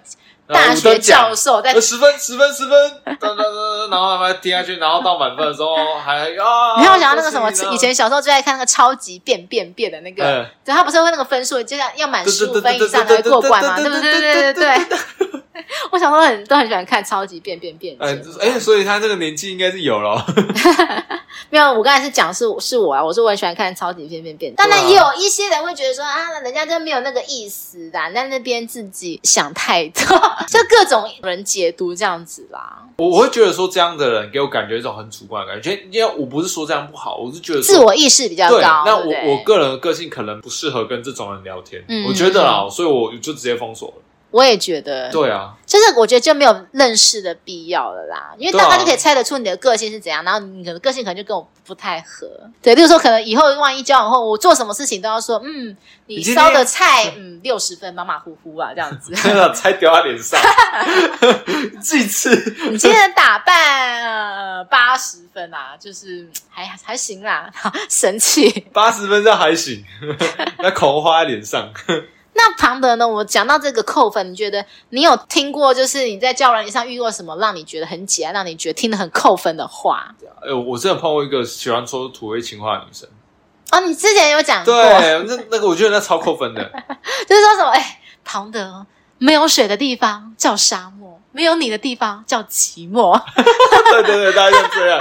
B: 然后
A: 大
B: 五
A: 学
B: 等奖
A: 教授在
B: 呃，十分十分十分，噔噔噔噔，然后慢慢跌下去，然后到满分的时候还啊，
A: 你看我想到那个什么
B: 恭喜你，呢
A: 以前小时候最爱看那个超级变变变的那个，
B: 嗯
A: 对，他不是会那个分数，就像要满
B: 对
A: 十
B: 对
A: 五
B: 对
A: 分以上才会过关嘛，对不对？对对对对对。 我小时候很都很喜欢看超级变变变
B: 哎
A: 节目。
B: 哎，所以他这个年纪应该是有了，
A: 没有，我刚才是讲是是我啊，我说我很喜欢看超级变变变。当
B: 啊
A: 然也有一些人会觉得说啊，人家真没有那个意思啦，在那边自己想太多， 就各种人解读这样子啦，
B: 我我会觉得说这样的人给我感觉一种很主观的感觉，因为我不是说这样不好，我是觉得说
A: 自我意识比较
B: 对，
A: 高。
B: 那
A: 对不对
B: 我我个人的个性可能不适合跟这种人聊天
A: 嗯，
B: 我觉得啦，所以我就直接封锁了。
A: 我也觉得，
B: 对啊，
A: 就是我觉得就没有认识的必要了啦，因为
B: 对啊
A: 大家就可以猜得出你的个性是怎样，然后你可能个性可能就跟我不太合。对，例如说可能以后万一交往后，我做什么事情都要说，嗯，你
B: 你今天
A: 烧的 菜，嗯，六十分，马马虎虎啊，这样 子。
B: 真的才掉他脸 上，自己吃。
A: 你今天的打扮呃八十、80分啊，就是嗯还还行啦， 神气。
B: 八十分这还行，那口花在脸上。
A: 那庞德呢？我讲到这个扣分，你觉得你有听过，就是你在交友软件上遇过什么让你觉得很解爱，让你觉得听得很扣分的话？
B: 哎、我真的碰过一个喜欢说土味情话的女生，
A: 哦，你之前有讲
B: 对
A: 过，，
B: 那那个我觉得那超扣分的。
A: 就是说什么，哎，庞德没有水的地方叫沙漠，没有你的地方叫寂寞。
B: 对对对，大家就 这样。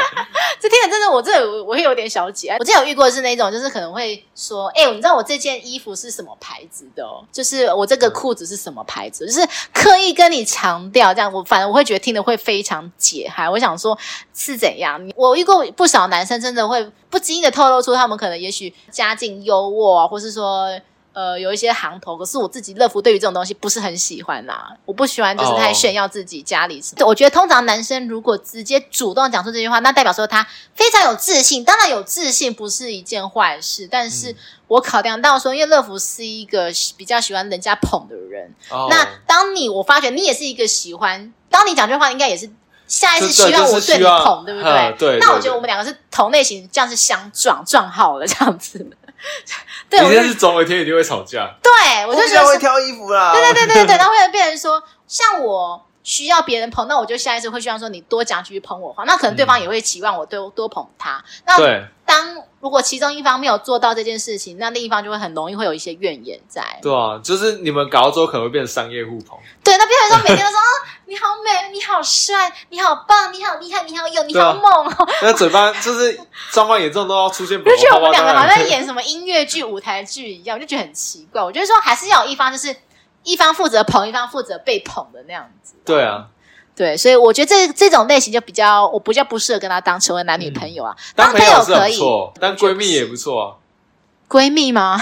A: 这听了真的，我这我我会有点小解爱。我之前有遇过的是那种，就是可能会说，哎、你知道我这件衣服是什么牌子的哦？就是我这个裤子是什么牌子？就是刻意跟你强调这样，我反正我会觉得听的会非常解嗨。我想说是怎样？你我遇过不少男生，真的会不经意的透露出他们可能也许家境优渥啊，或是说。呃，有一些行头，可是我自己乐福对于这种东西不是很喜欢啦、我不喜欢就是太
B: 哦
A: 炫耀自己家里什么。我觉得通常男生如果直接主动讲出这句话，那代表说他非常有自信。当然有自信不是一件坏事，但是
B: 嗯
A: 我考量到说，因为乐福是一个喜比较喜欢人家捧的人，
B: 哦
A: 那当你我发觉你也是一个喜欢，当你讲这句话，应该也是下意识
B: 这这
A: 希望我
B: 这是
A: 对
B: 希
A: 你
B: 望
A: 捧，对不
B: 嗯对
A: 那我
B: 对
A: 觉得
B: 对
A: 我们两个是同类型，这样是相撞撞好了这样子。 对，我
B: 你
A: 就
B: 这是总有一天一定会吵架。
A: 对我就觉得是
B: 挑衣服啦。
A: 对对对对对，然后会变成说，像我需要别人捧，那我就下意识会希望说你多讲几句捧我话，那可能对
B: 嗯
A: 方也会期望我多多捧他。那
B: 对
A: 当如果其中一方没有做到这件事情，那另一方就会很容易会有一些怨言在。
B: 对啊，就是你们搞到之后可能会变成商业互捧。
A: 对，那变成说每天都说、哦、你好美，你好帅，你好棒，你好厉害，你好有，你
B: 对啊
A: 好猛哦。
B: 那嘴巴就是双方严重都要出现
A: 我
B: 粉
A: 就觉得
B: 红
A: 我
B: 泡
A: 们
B: 泡
A: 两个
B: 当
A: 好
B: 然
A: 像演什么音乐剧、舞台剧一样，我就觉得很奇怪。我觉得说还是要有一方就是一方负责捧，一方负责被捧的那样子。
B: 对啊，
A: 对，所以我觉得这这种类型就比较，我比较不适合跟他当成为男女朋友啊。
B: 当
A: 朋
B: 朋友是
A: 可
B: 很不
A: 以，
B: 错，当闺蜜也不错啊。
A: 闺蜜吗？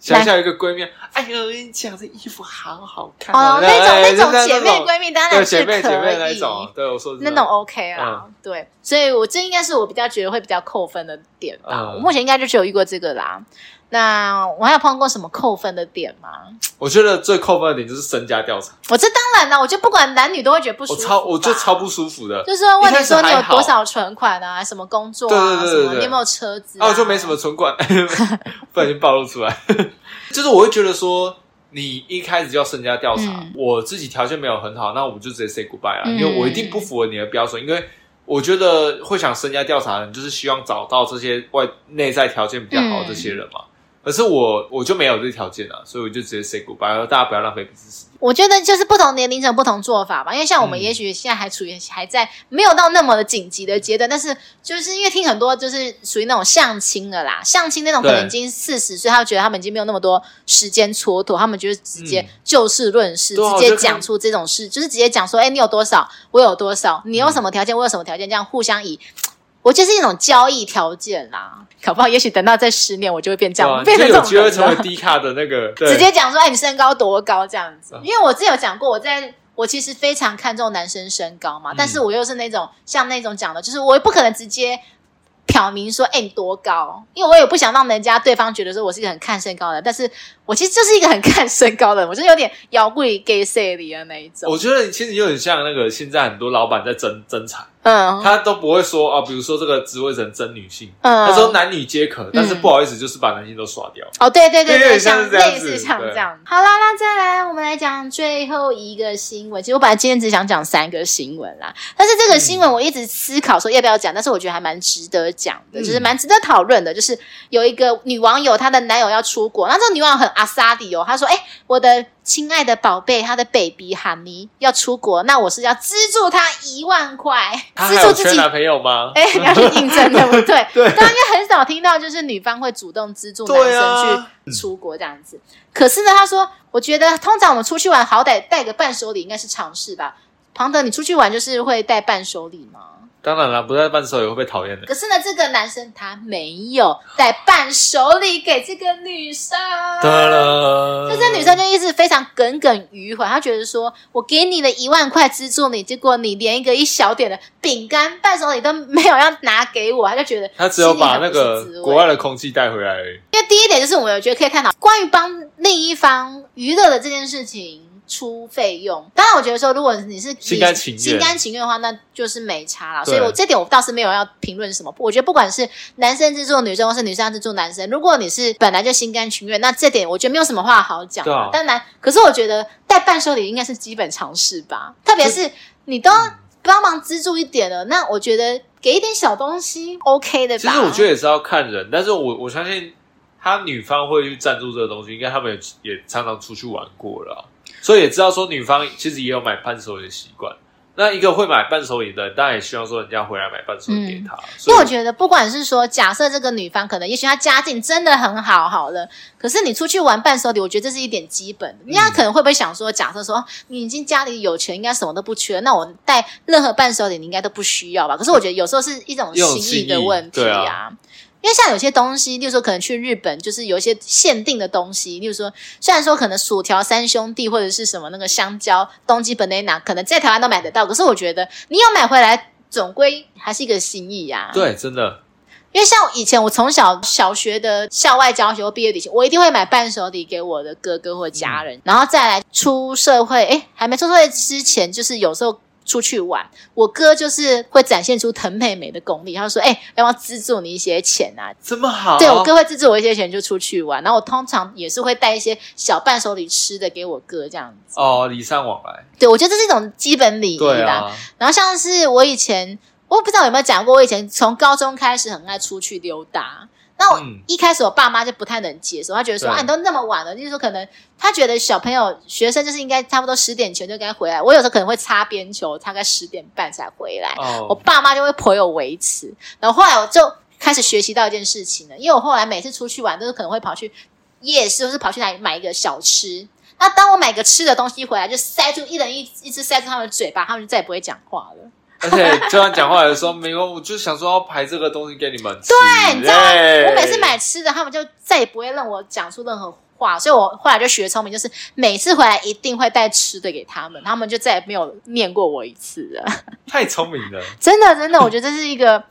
B: 想象一个闺蜜，哎呦，我跟你讲，这衣服好好看
A: 哦，那种
B: 哎
A: 那种
B: 就是
A: 姐妹闺蜜当
B: 对
A: 然
B: 姐
A: 是
B: 妹姐妹那
A: 可
B: 一
A: 以，
B: 种，对我说的是
A: 那种 OK 啦。
B: 嗯
A: 对，所以我这应该是我比较觉得会比较扣分的点吧。
B: 嗯
A: 我目前应该就只有遇过这个啦。那我还有碰过什么扣分的点吗？
B: 我觉得最扣分的点就是身家调查，
A: 我这当然啦，我就不管男女都会觉得不舒
B: 我
A: 服吧。
B: 超我就超不舒服的。
A: 就是说问
B: 一
A: 你
B: 开始
A: 说你有
B: 还好
A: 多少存款啊，什么工作
B: 对
A: 啊，
B: 对对
A: 什
B: 对
A: 么
B: 对
A: 你有没有车子
B: 啊，我就没什么存款， 不小心暴露出来。 就是我会觉得说，你一开始就要身家调查，
A: 嗯
B: 我自己条件没有很好，那我们就直接 say goodbye 啦，
A: 嗯
B: 因为我一定不符合你的标准，因为。我觉得会想身家调查的人，就是希望找到这些外内在条件比较
A: 嗯
B: 好的这些人嘛。可是我我就没有这条件啊，所以我就直接 say goodbye，然后大家不要浪费彼此时间。
A: 我觉得就是不同年龄层不同做法吧，因为像我们
B: 嗯
A: 也许现在还处于还在没有到那么的紧急的阶段，但是就是因为听很多就是属于那种相亲的啦，相亲那种可
B: 对
A: 能已经四十岁，他觉得他们已经没有那么多时间蹉跎，他们就是直接
B: 嗯
A: 就事论事，
B: 对啊
A: 直
B: 我就
A: 接
B: 看
A: 讲出这种事，就是直接讲说，哎、你有多少，我有多少，你有什么条件，我有什么条件，这样互相以。我就是一种交易条件啦，搞不好也许等到再十年，我就会变这样，
B: 对啊
A: 变成
B: 你
A: 这
B: 就有
A: 种
B: 机会
A: 人
B: 成
A: 了
B: 为低卡的那个，对
A: 直接讲说，哎，你身高多高这样子
B: 嗯。
A: 因为我之前有讲过，我在我其实非常看重男生身高嘛，
B: 嗯
A: 但是我又是那种像那种讲的，就是我也不可能直接挑明说，哎，你多高，因为我也不想让人家对方觉得说我是一个很看身高的人，但是我其实就是一个很看身高的人，我就是有点摇贵 gay say 里的那一种
B: 我。觉得你其实有点像那个现在很多老板在争争产。
A: 嗯
B: 他都不会说啊，比如说这个职位只能争女性，
A: 嗯
B: 他说男女皆可，但是不好意思，就是把男性都刷掉。
A: 哦，对对对
B: 有
A: 对，
B: 点像
A: 像
B: 是这样
A: 类似
B: 子
A: 像
B: 对
A: 这样。好啦，那再来，我们来讲最后一个新闻。其实我本来今天只想讲三个新闻啦，但是这个
B: 嗯
A: 新闻我一直思考说要不要讲，但是我觉得还蛮值得讲的，
B: 嗯
A: 就是蛮值得讨论的。就是有一个女网友，她的男友要出国，那这个女网友很阿萨迪哦，她说：“哎，我的亲爱的宝贝，她的 baby 哈尼要出国，那我是要资助她一万块，
B: 他
A: 资
B: 还
A: 助
B: 有
A: 自
B: 缺
A: 己
B: 男朋友 吗？
A: 哎、你要去应征， 对不对？
B: 对
A: 但因为很少听到就是女方会主动资助男
B: 对
A: 生
B: 啊
A: 去出国这样子。可是呢，他说，我觉得通常我们出去玩，好歹带个伴手礼应该是常事吧。庞德，你出去玩就是会带伴手礼吗？
B: 当然了，不在伴手也会被讨厌的。
A: 可是呢，这个男生他没有带伴手礼给这个女生。啊
B: 哒啦，
A: 就这女生就一直非常耿耿于怀，她觉得说我给你的一万块资助你，结果你连一个一小点的饼干伴手礼都没有要拿给我，她就觉得
B: 他只有把那
A: 心里很不是滋
B: 个
A: 味
B: 国外的空气带回来而已。
A: 因为第一点就是我们觉得可以探讨关于帮另一方娱乐的这件事情。出费用，当然我觉得说，如果你是
B: 心甘情愿
A: 心甘情愿的话，那就是没差啦。所
B: 对
A: 以我这点我倒是没有要评论什么。我觉得不管是男生资助女生，或是女生资助男生，如果你是本来就心甘情愿，那这点我觉得没有什么话好讲。
B: 对啊
A: 当然，可是我觉得带伴手礼应该是基本常识
B: 嗯
A: 吧，特别是你都帮忙资助一点了，那我觉得给一点小东西 OK 的吧。
B: 其实我觉得也是要看人，但是我我相信他女方会去赞助这个东西，应该他们也也常常出去玩过了啊、所以也知道说女方其实也有买伴手礼的习惯。那一个会买伴手礼的，当然也希望说人家回来买伴手礼给他。
A: 因
B: 所以
A: 为我觉得，嗯不管是说，假设这个女方可能，也许她家境真的很好，好了，可是你出去玩伴手礼，我觉得这是一点基本的。人
B: 嗯
A: 家可能会不会想说，假设说哦你已经家里有钱，应该什么都不缺，那我带任何伴手礼，你应该都不需要吧？可是我觉得有时候是一种
B: 一种
A: 心意
B: 心
A: 的
B: 意
A: 问题
B: 对
A: 啊
B: 啊
A: 因为像有些东西，例如说可能去日本，就是有一些限定的东西，例如说，虽然说可能薯条三兄弟或者是什么那个香蕉、东京 banana，可能在台湾都买得到，可是我觉得你有买回来，总归还是一个心意呀、，
B: 对，真的
A: 因为像以前我从小小学的校外教学或毕业旅行，我一定会买伴手礼给我的哥哥或家人，然后再来出社会，哎，还没出社会之前，就是有时候。出去玩，我哥就是会展现出藤妹妹的功力。他就说：“哎、要不要资助你一些钱啊？
B: 这么好。
A: 对我哥会资助我一些钱就出去玩，然后我通常也是会带一些小伴手礼吃的给我哥这样子。
B: 哦，礼尚往来。
A: 对，我觉得这是一种基本礼仪
B: 对
A: 啦。
B: 啊，
A: 然后像是我以前，我不知道有没有讲过，我以前从高中开始很爱出去溜达。那我
B: 嗯
A: 一开始我爸妈就不太能接受，他觉得说
B: 对
A: 啊，你都那么晚了，就是说可能他觉得小朋友学生就是应该差不多十点前就该回来。我有时候可能会擦边球，大概十点半才回来。我
B: 哦，
A: 爸妈就会颇有维持。然后后来我就开始学习到一件事情了，因为我后来每次出去玩都是可能会跑去夜市，或是跑去哪里买一个小吃。那当我买个吃的东西回来，就塞住一人一一只塞住他们的嘴巴，他们就再也不会讲话了。
B: 而且就算讲话的时候，没有，我就想说要排这个东西给你们吃。
A: 对，你知道吗？
B: 耶
A: 我每次买吃的，他们就再也不会让我讲出任何话，所以我后来就学聪明，就是每次回来一定会带吃的给他们，他们就再也没有念过我一次了。
B: 太聪明了，
A: 真的真的，我觉得这是一个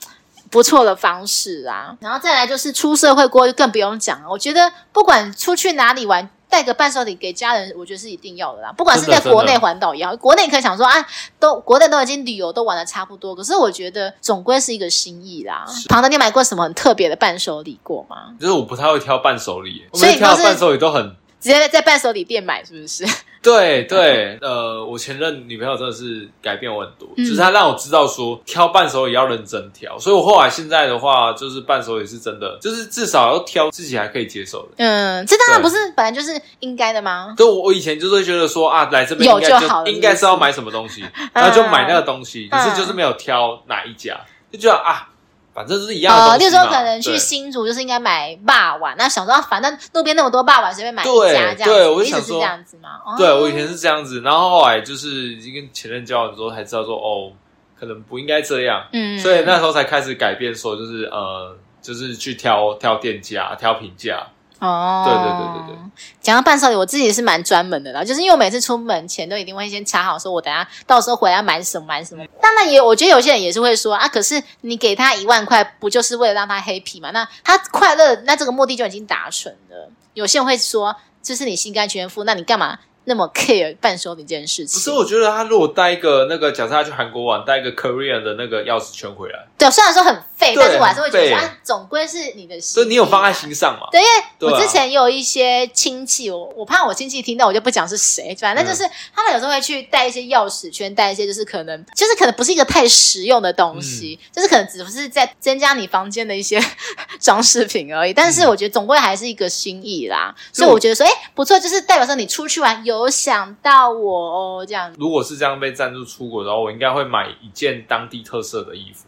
A: 不错的方式啊。然后再来就是出社会过，更不用讲了。我觉得不管出去哪里玩。带个伴手礼给家人，我觉得是一定要的啦。不管是在
B: 真的
A: 国内
B: 真的
A: 环岛也好，国内可以想说啊，都国内都已经旅游都玩的差不多，可是我觉得总归是一个心意啦。庞德，你有买过什么很特别的伴手礼过吗？
B: 就是我不太会挑伴手礼，我
A: 所以
B: 们
A: 你都是
B: 挑的伴手礼都 很
A: 直接在伴手礼店买是不是？
B: 对对，呃，我前任女朋友真的是改变我很多，
A: 嗯
B: 就是她让我知道说挑伴手也要认真挑，所以我后来现在的话，就是伴手也是真的，就是至少要挑自己还可以接受的。
A: 嗯，这当然不
B: 对
A: 是本来就是应该的吗？
B: 就我我以前就是会觉得说啊，来这边
A: 有
B: 应该
A: 就好了
B: 应该是要买什么东西，然
A: 嗯
B: 后就买那个东西，可是就是没有挑哪一家，就觉得啊，反正就是一样的
A: 呃，
B: 东
A: 例
B: 西
A: 如
B: 嘛。
A: 说可能去
B: 对
A: 新竹就是应该买霸碗，那想说啊反正路边那么多霸碗，随便买一
B: 对
A: 家这样子。
B: 对我就
A: 你一直
B: 想
A: 是
B: 说
A: 这样子吗？哦
B: 对我以前是这样子，然后后来就是已经跟前任交往之后才知道说哦，可能不应该这样，
A: 嗯，
B: 所以那时候才开始改变说就是呃，就是去挑挑店家、挑评价，
A: 哦，
B: 对对对对
A: 对。讲到伴手礼，我自己也是蛮专门的啦，就是因为我每次出门前都一定会先查好，说我等下到时候回来要买什么买什么。当然也，我觉得有些人也是会说啊，可是你给他一万块，不就是为了让他 happy 嘛？那他快乐，那这个目的就已经达成了。有些人会说，这是你心甘情愿付，那你干嘛那么 care 伴手礼这件事
B: 不
A: 情？
B: 是，我觉得他如果带一个那个，假设他去韩国玩，带一个 Korean 的那个钥匙圈回来，
A: 对，虽然说很废，
B: 对
A: 但是我还是会觉得说，
B: 很废
A: 啊，总归是你的心
B: 所
A: 意，
B: 以你有放在心上嘛？
A: 对，因为我
B: 对啊
A: 之前也有一些亲戚，我我怕我亲戚听到，我就不讲是谁，反正
B: 嗯
A: 就是、他们有时候会去带一些钥匙圈，带一些就是可能就是可能不是一个太实用的东西，
B: 嗯
A: 就是可能只是在增加你房间的一些 装饰品而已。但
B: 嗯
A: 是我觉得总归还是一个心意啦，所以我觉得说，哎、不错，就是代表说你出去玩有想到我哦，这样
B: 如果是这样被赞助出国的话，我应该会买一件当地特色的衣服，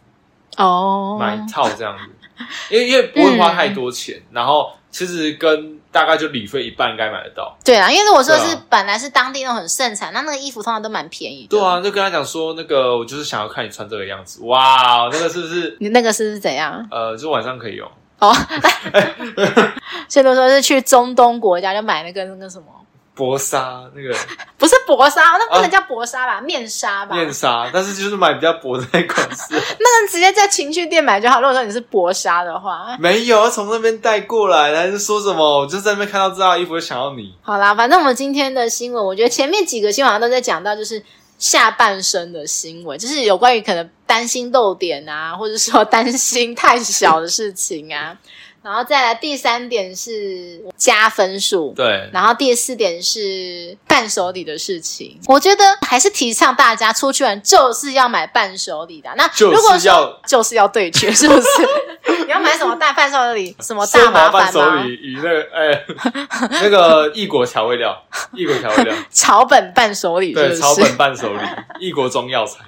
A: 哦嗯
B: 买一套这样子，因为因为不会花太多钱，然后其实跟大概就理费一半该买得到。
A: 对啊，因为如果说
B: 对啊
A: 是本来是当地那种很盛产，那那个衣服通常都蛮便宜的。
B: 对，啊，就跟他讲说，那个我就是想要看你穿这个样子，哇，那个是不是？
A: 你那个是怎 样？
B: 呃，就晚上可以用，
A: 哦，所以都说是去中东国家就买那个那个什么，
B: 薄纱那个
A: 不是薄纱，那不
B: 啊
A: 能叫薄纱吧，面纱吧，
B: 面纱，但是就是买比较薄的那款式，
A: 那直接在情趣店买就好。如果说你是薄纱的话，
B: 没有，要从那边带过来，还是说什么？我就在那边看到这套衣服，就想要你。
A: 好啦，反正我们今天的新闻，我觉得前面几个新闻好像都在讲到就是下半身的新闻，就是有关于可能担心漏点啊，或者说担心太小的事情啊。然后再来第三点是加分数，
B: 对，
A: 然后第四点是伴手礼的事情，我觉得还是提倡大家出去玩就是要买伴手礼的啊。那
B: 就是
A: 如果说
B: 要
A: 就是要对决，是不 是？你要买什么大伴手礼？什么大
B: 生
A: 麻
B: 麻
A: 烦
B: 伴手
A: 吗？
B: 礼与那个哎、那个异国调味料，异国调味料，
A: 草本伴手礼是
B: 对，
A: 不
B: 草
A: 是？
B: 本伴手礼，异国中药材，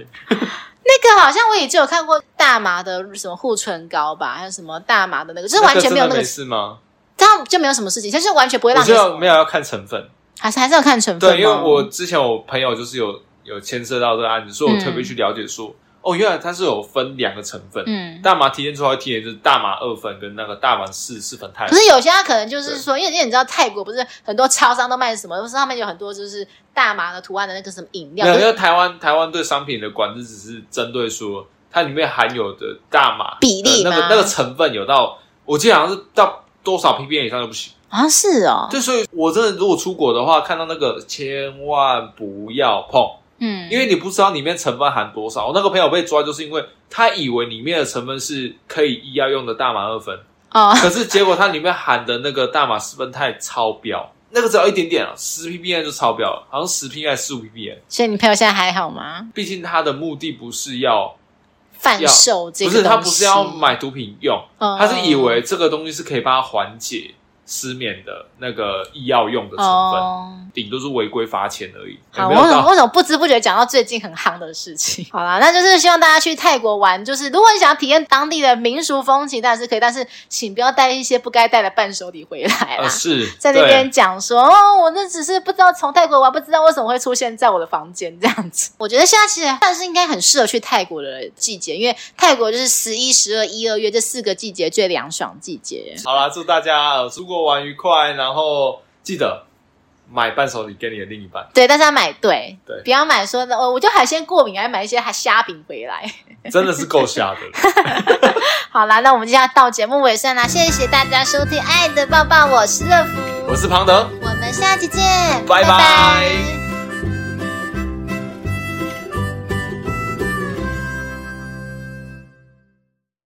A: 那个好像我也就有看过大麻的什么护唇膏吧，还有什么大麻的那个，就是完全没有那
B: 那个真的
A: 个
B: 没，事吗？
A: 它就没有什么事情，就是完全不会
B: 我
A: 让
B: 觉得
A: 你
B: 没有要看成分，
A: 还是还是要看成分吗。
B: 对，因为我之前我朋友就是有有牵涉到这个案子，所以我特别去了解说，哦，原来它是有分两个成分，
A: 嗯。
B: 大麻提炼出来的提炼就是大麻二酚跟那个大麻四四酚酞。
A: 可是有些他可能就是说，因为因为你知道泰国不是很多超商都卖什么，上面有很多就是大麻的图案的那个什么饮料，
B: 没有，
A: 就
B: 因
A: 是
B: 为台湾台湾对商品的管制只是针对说它里面含有的大麻呃
A: 比例
B: 的那
A: 吗
B: 个那个成分有到，我记得好像是到多少 ppm 以上就不行。
A: 好像是哦，
B: 对，所以我真的如果出国的话，看到那个千万不要碰，
A: 嗯，
B: 因为你不知道里面成分含多少。我那个朋友被抓，就是因为他以为里面的成分是可以医药用的大麻 二酚，
A: 哦，
B: 可是结果它里面含的那个大麻四酚酞超标，那个只要一点点啊，十 ppm 就超标了，好像十 ppm 十五 ppm。
A: 所以你朋友现在还好吗？
B: 毕竟它的目的不是要，
A: 贩售这
B: 不
A: 个
B: 是
A: 东西
B: 他不是要买毒品用，
A: 哦
B: 他是以为这个东西是可以帮他缓解失眠的那个医药用的成分，
A: 哦。
B: 顶、多是违规罚钱而已，也
A: 好，
B: 没
A: 我
B: 有
A: 怎么
B: 到
A: 为什么不知不觉讲到最近很夯的事情？好啦，那就是希望大家去泰国玩，就是如果你想要体验当地的民俗风情，当然是可以，但是请不要带一些不该带的伴手礼回来 啦。
B: 呃是
A: 在那边
B: 对
A: 讲说，哦，我那只是不知道从泰国玩，不知道为什么会出现在我的房间这样子。 我觉得现在其实但是应该很适合去泰国的季节，因为泰国就是十一、十二、一、二月这四个季节最凉爽季节。
B: 好啦，祝大家呃出国玩愉快，然后记得买伴手礼给你的另一半，
A: 对，但是要买对，
B: 对
A: 不要买说的，哦，我就海鲜过敏，还买一些还虾饼回来。
B: 真的是够瞎的了。
A: 好啦，那我们就要到节目尾声啦，谢谢大家收听《爱的抱抱》，我是乐福，
B: 我是庞德。
A: 我们下期见，
B: 拜拜
A: 拜